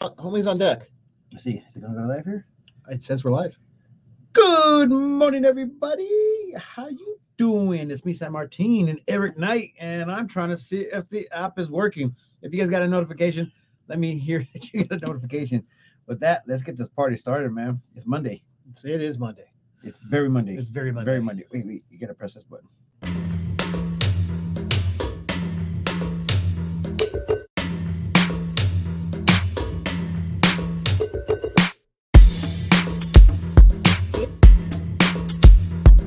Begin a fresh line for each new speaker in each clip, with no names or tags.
out. Homies on deck.
Let's see. Is it gonna go live here?
It says we're live. Good morning, everybody. How you doing? It's me, Sam Martin, and Eric Knight, and I'm trying to see if the app is working. If you guys got a notification, let me hear that you got a notification. With that, let's get this party started, man. It's Monday.
It's, it is Monday.
It's very Monday.
It's very Monday.
very Monday. Wait, wait. You gotta press this button.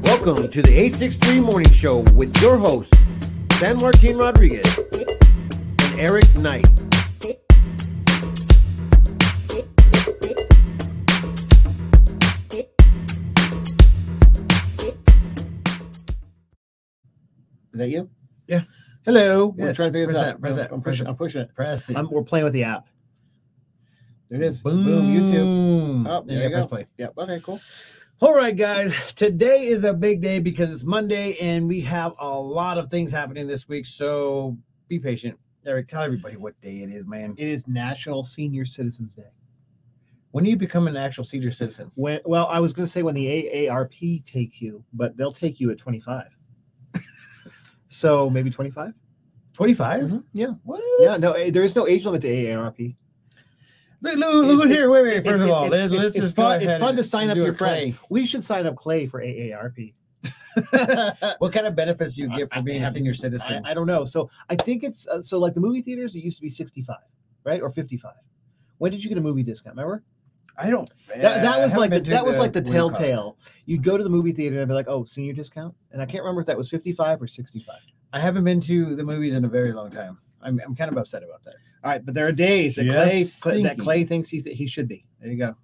Welcome to the 863 Morning Show with your hosts, San Martin Rodriguez and Eric Knight.
Is that you?
Yeah.
Hello. We're
Yeah,
trying to figure this
press
out.
that, press
I'm-
that,
I'm
press
pushing.
it.
I'm pushing it.
Press it.
I'm, we're playing with the app. There it is.
boom.
YouTube.
YouTube.
Oh, there
yeah,
you
press
go.
play.
Yep. Okay. Cool.
All right, guys. Today is a big day because it's Monday and we have a lot of things happening this week. So be patient. Eric, tell everybody what day it is, man.
It is National Senior Citizens Day.
When do you become an actual senior citizen?
When well, I was going to say when the AARP take you, but they'll take you at 25. so maybe 25?
25?
Mm-hmm. Yeah.
What?
Yeah, no, eh, there is no age limit to AARP.
Look, look, look who's
It-
here. Wait, wait. First
It-
of all,
it's,
let's,
it's-
let's
it's
just go
fun, it's
ahead
fun
and
to sign up
do a
your friends.
claim.
We should sign up Clay for AARP.
What kind of benefits do you
I-
get
I
for being a
have-
senior
I,
citizen?
I don't know. So I think it's uh, so like the movie theaters. It used to be 65, right, or 55. When did you get a movie discount? Remember?
I don't.
That,
I
that was
haven't
like the,
been to
that was like the
what do you call it?
telltale. You'd go to the movie theater and be like, "Oh, senior discount," and I can't remember if that was fifty five or sixty five.
I haven't been to the movies in a very long time. I'm, I'm kind of upset about that.
All right, but there are days that
Just
Clay, Clay that
thinking.
Clay thinks he's, he should be. There you go.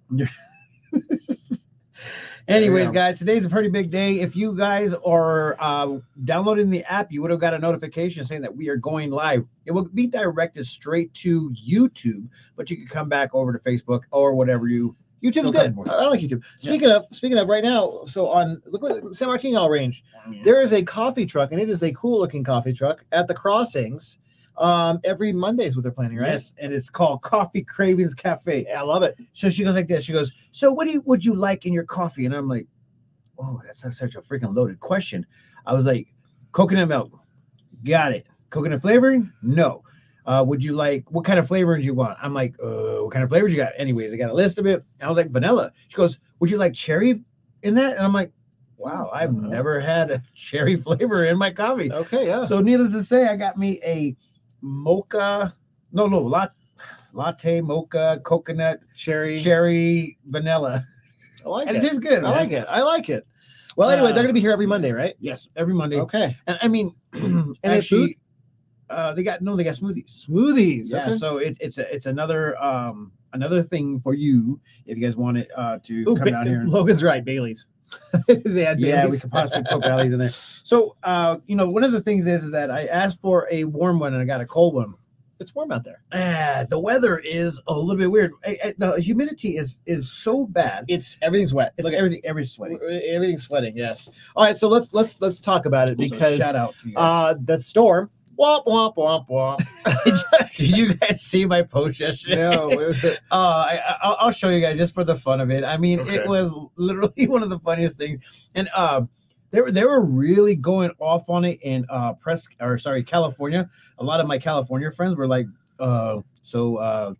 Anyways,
Yeah.
guys, today's a pretty big day. If you guys are uh, downloading the app, you would have got a notification saying that we are going live. It will be directed straight to YouTube, but you can come back over to Facebook or whatever you.
YouTube's
No
good.
cardboard.
I, I like YouTube.
Yeah.
Speaking of speaking of right now, so on look what San Martin all range. There is a coffee truck, and it is a cool looking coffee truck at the crossings. Um, every Mondays, what they're planning, right?
Yes, and it's called Coffee Cravings Cafe.
Yeah, I love it.
So she goes like this. She goes, "So what do you, would you like in your coffee?" And I'm like, "Oh, that's not such a freaking loaded question." I was like, "Coconut milk, got it. Coconut flavoring, no. Uh, would you like what kind of flavorings you want?" I'm like, uh, "What kind of flavors you got?" Anyways, I got a list of it. I was like, "Vanilla." She goes, "Would you like cherry in that?" And I'm like, "Wow, I've
Uh-huh.
never had a cherry flavor in my coffee."
Okay, yeah.
So needless to say, I got me a mocha, no, no, latte, latte mocha, coconut
cherry.
cherry vanilla.
I like
And it
it.
tastes good.
I like it. I like it. Well, anyway,
Uh,
they're going to be here every Monday, right?
Yes, every Monday.
Okay.
And I mean, and
they
actually, uh, they got no, they got smoothies.
Smoothies.
Yeah,
okay.
so it, it's a, it's another um another thing for you if you guys want it uh to
Ooh,
come
Ba-
down here. And,
Logan's right. Bailey's. they had
yeah, we
Baileys.
could possibly put valleys in there. So uh, you know, one of the things is, is that I asked for a warm one and I got a cold one.
It's warm out there.
Ah, the weather is a little bit weird. I, I- the humidity is is so bad.
It's everything's wet.
It's
Look at
everything, every sweaty.
everything's sweating. Yes. All right. So let's let's let's talk about it because
so shout out to you. guys.
uh the storm. Womp womp womp womp.
Did you guys see my post yesterday?
no, what was it?
Uh, I, I- I'll, I'll show you guys just for the fun of it. I mean,
Okay.
it was literally one of the funniest things. And uh, they were they were really going off on it in uh, press or sorry California. A lot of my California friends were like, uh, "So uh,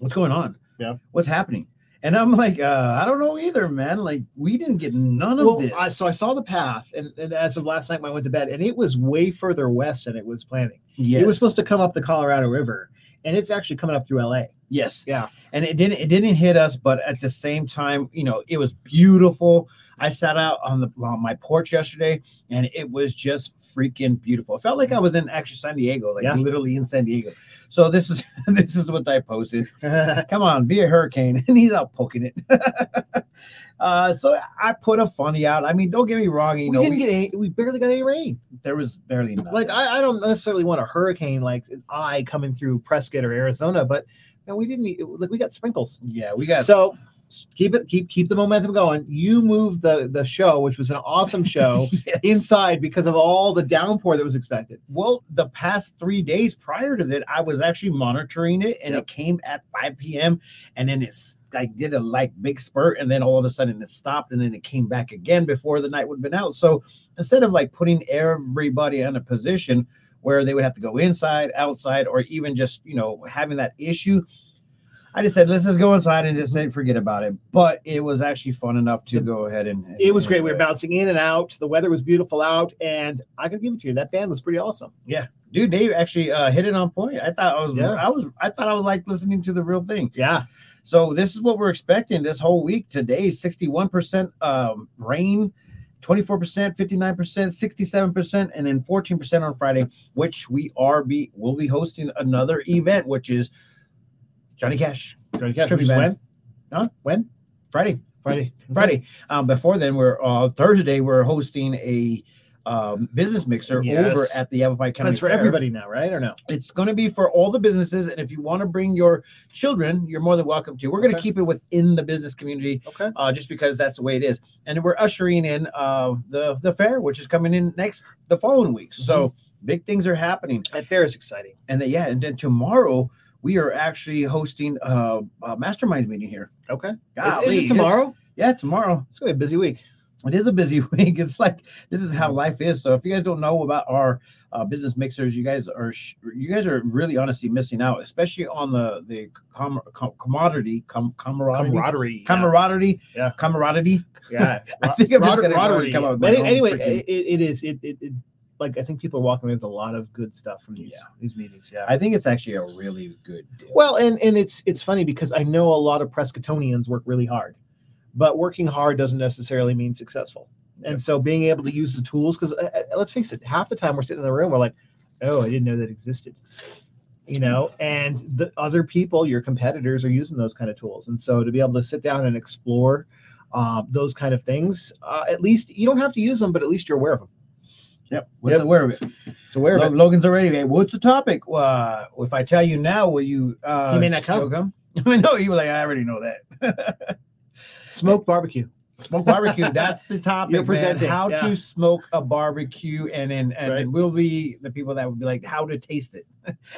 what's going on?
Yeah.
what's happening?" And I'm like, uh, "I don't know either, man. Like we didn't get none of
Well,
this."
I, so I saw the path, and, and as of last night when I went to bed, and it was way further west than it was planning.
yes.
It was supposed to come up the Colorado River, and it's actually coming up through LA.
Yes.
Yeah.
And it didn't it didn't hit us, but at the same time, you know, it was beautiful. I sat out on the on my porch yesterday and it was just freaking beautiful. It felt like I was in actually San Diego, like
Yeah.
literally in San Diego. So this is this is what I posted.
yeah,
Come on, be a hurricane. And he's out poking it. uh so I put a funny out. I mean, don't get me wrong, you
we
know,
didn't
we-
get any. We barely got any rain.
there was barely nothing.
Like I, I don't necessarily want a hurricane like an eye coming through Prescott or Arizona, but man, we didn't. e- Like we got sprinkles.
yeah, we got
So keep it keep keep the momentum going. You moved the the show, which was an awesome show, inside because of all the downpour that was expected.
Well, the past three days prior to that, I was actually monitoring it, and
Yep.
it came at 5 p.m. and then it's like did a like big spurt, and then all of a sudden it stopped, and then it came back again before the night would have been out. So instead of like putting everybody in a position where they would have to go inside, outside, or even just you know having that issue. I just said, let's just go inside and just say,
Mm-hmm.
forget about it. But it was actually fun enough to
The-
go ahead and. and
It was great. We
enjoy
were bouncing in and out. The weather was beautiful out, and I gotta give it to you. That band was pretty awesome.
dude dave actually uh, hit it on point i thought i was
Yeah.
i was i thought i was like listening to the real thing
Yeah,
so this is what we're expecting this whole week today 61% um, rain 24% 59% 67% and then 14% on friday which we are be will be hosting another event which is johnny cash
Johnny Cash.
Tribute
which is
band.
when
huh when friday
Friday.
Friday. Um, before then, we're uh, Thursday. We're hosting a um, business mixer
Yes.
over at the Apple Pie County.
That's for
Fair.
everybody now, right? Or no?
It's going to be for all the businesses, and if you want to bring your children, you're more than welcome to. We're going to
Okay.
keep it within the business community,
Okay.
uh, just because that's the way it is. And we're ushering in uh, the the fair, which is coming in next the following week. So
Mm-hmm.
big things are happening,
That fair is exciting.
and then, yeah, and then tomorrow we are actually hosting uh, a mastermind meeting here.
Okay. Is-
Golly,
is,
it's-
it tomorrow?
Yeah, tomorrow.
It's gonna be a busy week.
it is a busy week. It's like this is
Mm.
how life is. So if you guys don't know about our uh, business mixers, you guys are sh- you guys are really honestly missing out, especially on the the com- com- commodity com- camaraderie
Camaraderie.
camaraderie
Yeah.
camaraderie.
Yeah.
I think I'm just
Rod-
gonna go and
Roddery.
come up with
But
my
any-
own
anyway,
freaking-
it, it is it, it, it like I think people are walking away with a lot of good stuff from these these meetings. Yeah.
I think it's actually a really good deal.
well, and and it's it's funny because I know a lot of Prescottonians work really hard, but working hard doesn't necessarily mean successful. And so being able to use the tools, because uh, uh, let's face it, half the time we're sitting in the room, we're like, oh, I didn't know that existed. You
Mm-hmm.
know, and the other people, your competitors, are using those kind of tools. And so to be able to sit down and explore uh, those kind of things, uh, at least you don't have to use them, but at least you're aware of them.
yep. What's
Yep.
aware of it?
It's aware of
Lo-
it.
Logan's already. Hey, what's the topic? Uh, if I tell you now, will you? Uh,
He may not
still come. I know you were like, I already know that.
Smoked barbecue.
smoke barbecue. That's the topic.
You're
man.
presenting,
how
yeah.
to smoke a barbecue, and then and
Right.
we'll be the people that would be like how to taste it,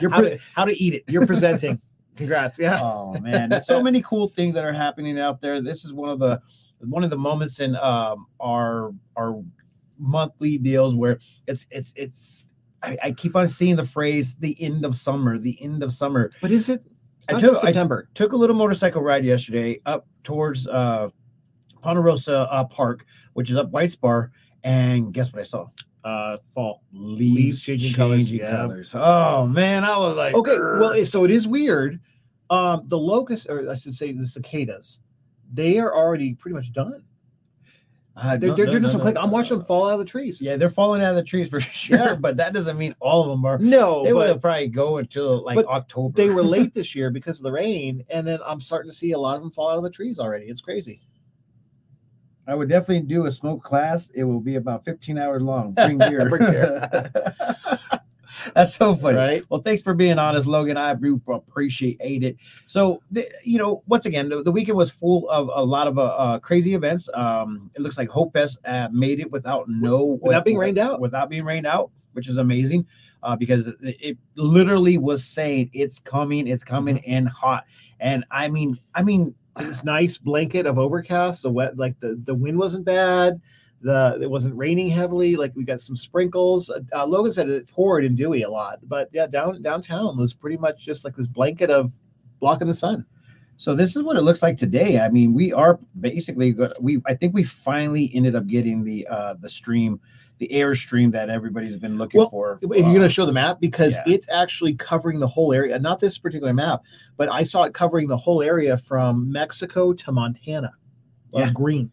You're
how
pre-
to, how to eat it.
you're presenting. Congrats. Yeah.
oh man, there's so many cool things that are happening out there. This is one of the one of the moments in um our our monthly deals where it's it's it's. I, I keep on seeing the phrase "the end of summer," the end of summer.
But is it?
I
not
took-
just
I-
September.
took a little motorcycle ride yesterday up towards uh Ponderosa uh, Park, which is up White's Bar, and guess what I saw?
uh, fall
changing colors. Oh man, I was like,
Okay, well,
"Grr."
it- so it is weird. Um, the locusts, or I should say, the cicadas, they are already pretty much done.
Uh,
They're,
no,
they're
no,
doing
no,
some
no,
click.
no,
I'm watching
no.
them fall out of the trees.
Yeah, they're falling out of the trees for sure,
Yeah.
but that doesn't mean all of them are.
No,
They
but
will probably go until like
but
October.
they were late this year because of the rain, and then I'm starting to see a lot of them fall out of the trees already. It's crazy.
I would definitely do a smoke class. It will be about 15 hours long. Bring beer.
Bring beer.
That's so funny.
Right?
Well, thanks for being honest, Logan. I do appreciate it. So, the, you know, once again, the, the weekend was full of a lot of uh, uh, crazy events. Um, it looks like Hope Fest uh, made it without no
Without being rained out.
without being rained out, which is amazing uh, because it, it literally was saying it's coming, it's coming,
Mm-hmm.
and hot. And I mean, I mean,
It was nice blanket of overcast. The wet, like the the wind wasn't bad. The it wasn't raining heavily. Like we got some sprinkles. Uh, Logan said it poured in Dewey a lot, but yeah, down downtown was pretty much just like this blanket of blocking the sun.
So this is what it looks like today. I mean, we are basically go- we. I think we finally ended up getting the uh the stream, the air stream that everybody's been looking
Well,
for.
If you're going
uh,
to show the map, because
yeah.
it's actually covering the whole area. Not this particular map, but I saw it covering the whole area from Mexico to Montana. Uh,
Yeah.
green.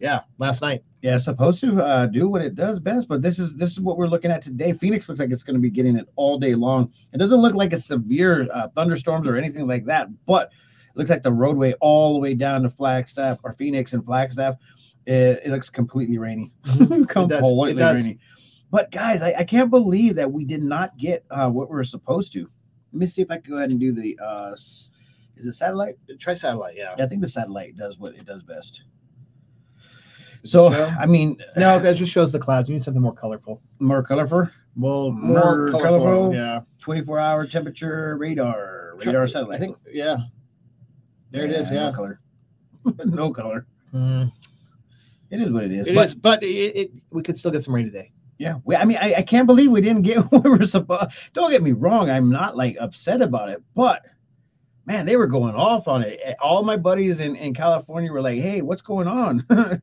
Yeah, last night.
yeah, it's supposed to uh, do what it does best, but this is this is what we're looking at today. Phoenix looks like it's going to be getting it all day long. It doesn't look like a severe uh, thunderstorms or anything like that, but it looks like the roadway all the way down to Flagstaff or Phoenix and Flagstaff. It, it looks completely rainy.
It does, it
completely
does.
rainy. But guys, I, I can't believe that we did not get uh, what we were supposed to. Let me see if I can go ahead and do the uh, s- Is it satellite?
Try satellite, yeah.
Yeah, I think the satellite does what it does best. So
show?
I mean,
No, that just shows the clouds. You need something more colorful.
more colorful.
Well,
More
more, colorful.
colorful?
Yeah.
Twenty-four hour temperature radar. Radar satellite.
I think, yeah. There it is.
no
Yeah.
color. no color.
Mm,
It is what it is.
it
but
is, but it, it, we could still get some rain today.
Yeah, we, I mean, I, I can't believe we didn't get what we were supposed. Don't get me wrong, I'm not like upset about it, but man, they were going off on it. Eh, All my buddies in in California were like, "Hey, what's going on?"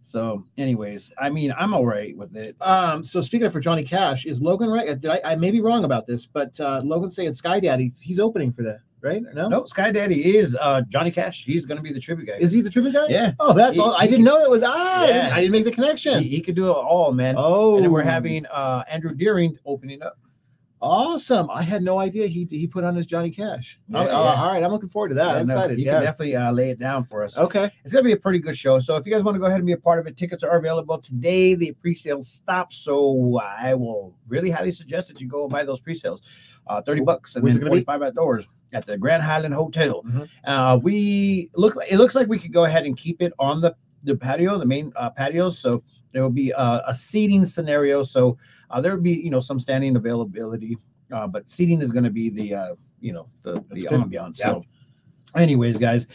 so, anyways, I mean, I'm all right with it.
Um, so speaking of for Johnny Cash, is Logan right? Did I, I may be wrong about this, but uh, Logan saying Sky Daddy, he's opening for that, right? Or No?
No, Sky Daddy is uh, Johnny Cash. He's gonna be the tribute guy.
Is he the tribute guy?
yeah,
Oh, that's
He-
all. I
he
didn't know that was. Ah, I,
Yeah.
didn't, I didn't make the connection.
he, he could do it all, man.
oh,
And then we're having uh, Andrew Deering opening up.
awesome. I had no idea he he put on his Johnny Cash.
Yeah,
Oh,
yeah.
all right, I'm looking forward to that. I'm
And, uh,
excited.
He
Yeah.
can definitely uh, lay it down for us.
okay.
It's going to be a pretty good show. So if you guys want to go ahead and be a part of it, tickets are available today. The pre-sales stop, so I will really highly suggest that you go and buy those pre-sales. Uh, Thirty bucks and
Where's
then
it gonna be?
forty-five outdoors at the Grand Highland Hotel.
Mhm.
Uh, we look. It looks like we could go ahead and keep it on the the patio, the main uh, patio. So there will be uh, a seating scenario. So uh, there will be you know some standing availability, uh, but seating is going to be the uh, you know the, the
That's good.
ambiance.
Yeah.
So, anyways, guys.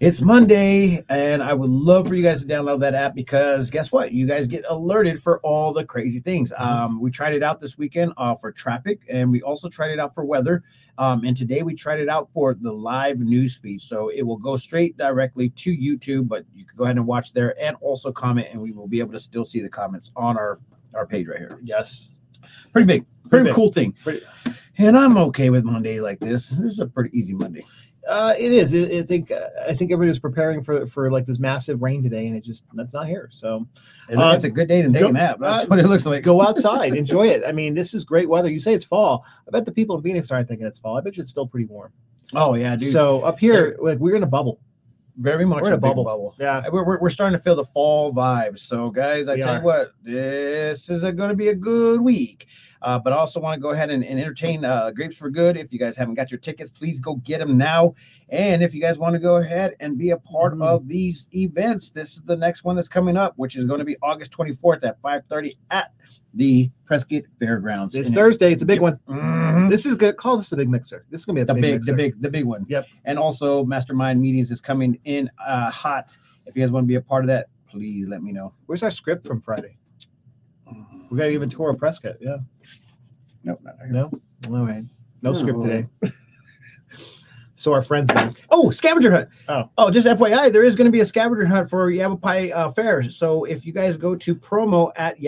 It's Monday, and I would love for you guys to download that app because guess what? You guys get alerted for all the crazy things.
Mm-hmm.
Um, we tried it out this weekend uh, for traffic, and we also tried it out for weather. Um, and today we tried it out for the live news feed. So it will go straight directly to YouTube, but you can go ahead and watch there and also comment, and we will be able to still see the comments on our, our page right here.
Yes.
Pretty big, pretty,
Pretty big.
cool thing.
Pretty-
And I'm okay with Monday like this. This is a pretty easy Monday.
Uh, it is. It, I think. Uh, I think everybody was preparing for for like this massive rain today, and it just that's not here. So
And
Uh,
it's a good day to take
go-
a nap. That's
uh,
what it looks like.
go outside, enjoy it. I mean, this is great weather. You say it's fall. I bet the people in Phoenix aren't thinking it's fall. I bet you it's still pretty warm.
Oh yeah, dude.
So up here, like we're in a bubble.
very much
We're in a
big
bubble. Yeah.
We're, we're, we're starting to feel the fall vibe. So, guys, I
We
tell
are.
you what, this is going to be a good week. Uh, but I also want to go ahead and, and entertain uh, Grapes for Good. If you guys haven't got your tickets, please go get them now. And if you guys want to go ahead and be a part
Mhm.
of these events, this is the next one that's coming up, which is going to be August 24th at 5:30 at the Prescott Fairgrounds.
It's
And-
Thursday. It's a big one.
Mhm.
This is good. Call this a big mixer. This is gonna be a
the
big,
big,
mixer.
the big, the big one.
Yep.
And also, Mastermind Meetings is coming in uh, hot. If you guys want to be a part of that, please let me know. Mm-hmm.
Where's our script from Friday? We gotta give a tour of Prescott. Yeah.
Nope, not here.
No. All right. No script
No.
today. so our friends week.
Oh, scavenger hunt.
Oh.
oh, just FYI, there is going to be a scavenger hunt for Yavapai uh, fairs. So if you guys go to promo at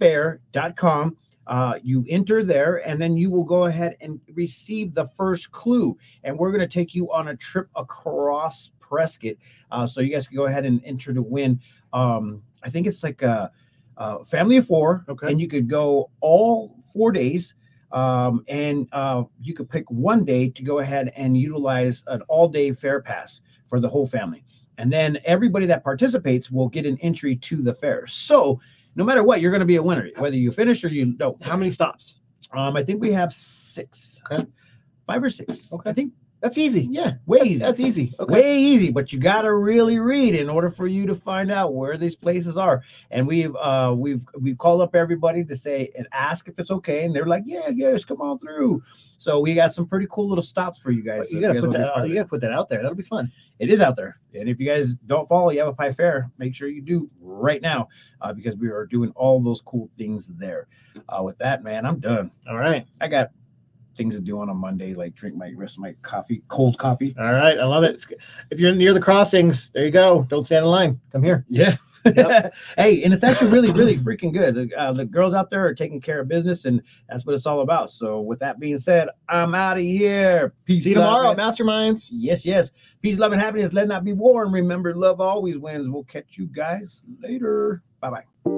yavapaifair.com, uh, you enter there and then you will go ahead and receive the first clue. And we're going to take you on a trip across Prescott. Uh, so you guys can go ahead and enter to win. Um, I think it's like a, a family of four,
Okay.
and you could go all four days um, and uh, you could pick one day to go ahead and utilize an all-day fair pass for the whole family, and then everybody that participates will get an entry to the fair. So, no matter what, you're going to be a winner, whether you finish or you don't.
How many stops?
Um, I think we have six,
Okay.
five or six.
Okay.
I think
That's easy.
yeah, way easy.
That's easy. Okay.
Way easy, but you gotta really read in order for you to find out where these places are. And we've uh we've we've called up everybody to say and ask if it's okay, and they're like, Yeah, yes, come on through. So we got some pretty cool little stops for you guys.
you
so
gotta
if you guys
put
wanna be
that. uh,
part
Out,
of
you gotta put that out there. That'll be fun.
it. it is out there. And if you guys don't follow Yavapai Fair, make sure you do right now uh, because we are doing all those cool things there. Uh, with that, man, I'm done.
All right.
I got things to do on a Monday, like drink my rest of my coffee, cold coffee.
All right. I love it. It's good. If you're near the crossings, there you go. Don't stand in line. Come here.
Yeah.
Yep.
hey, and it's actually really, really freaking good. The, uh, the girls out there are taking care of business, and that's what it's all about. So, with that being said, I'm out of here. Peace.
See you
love,
tomorrow,
and-
masterminds.
Yes, yes. Peace, love, and happiness. Let not be war. And remember, love always wins. We'll catch you guys later. Bye bye.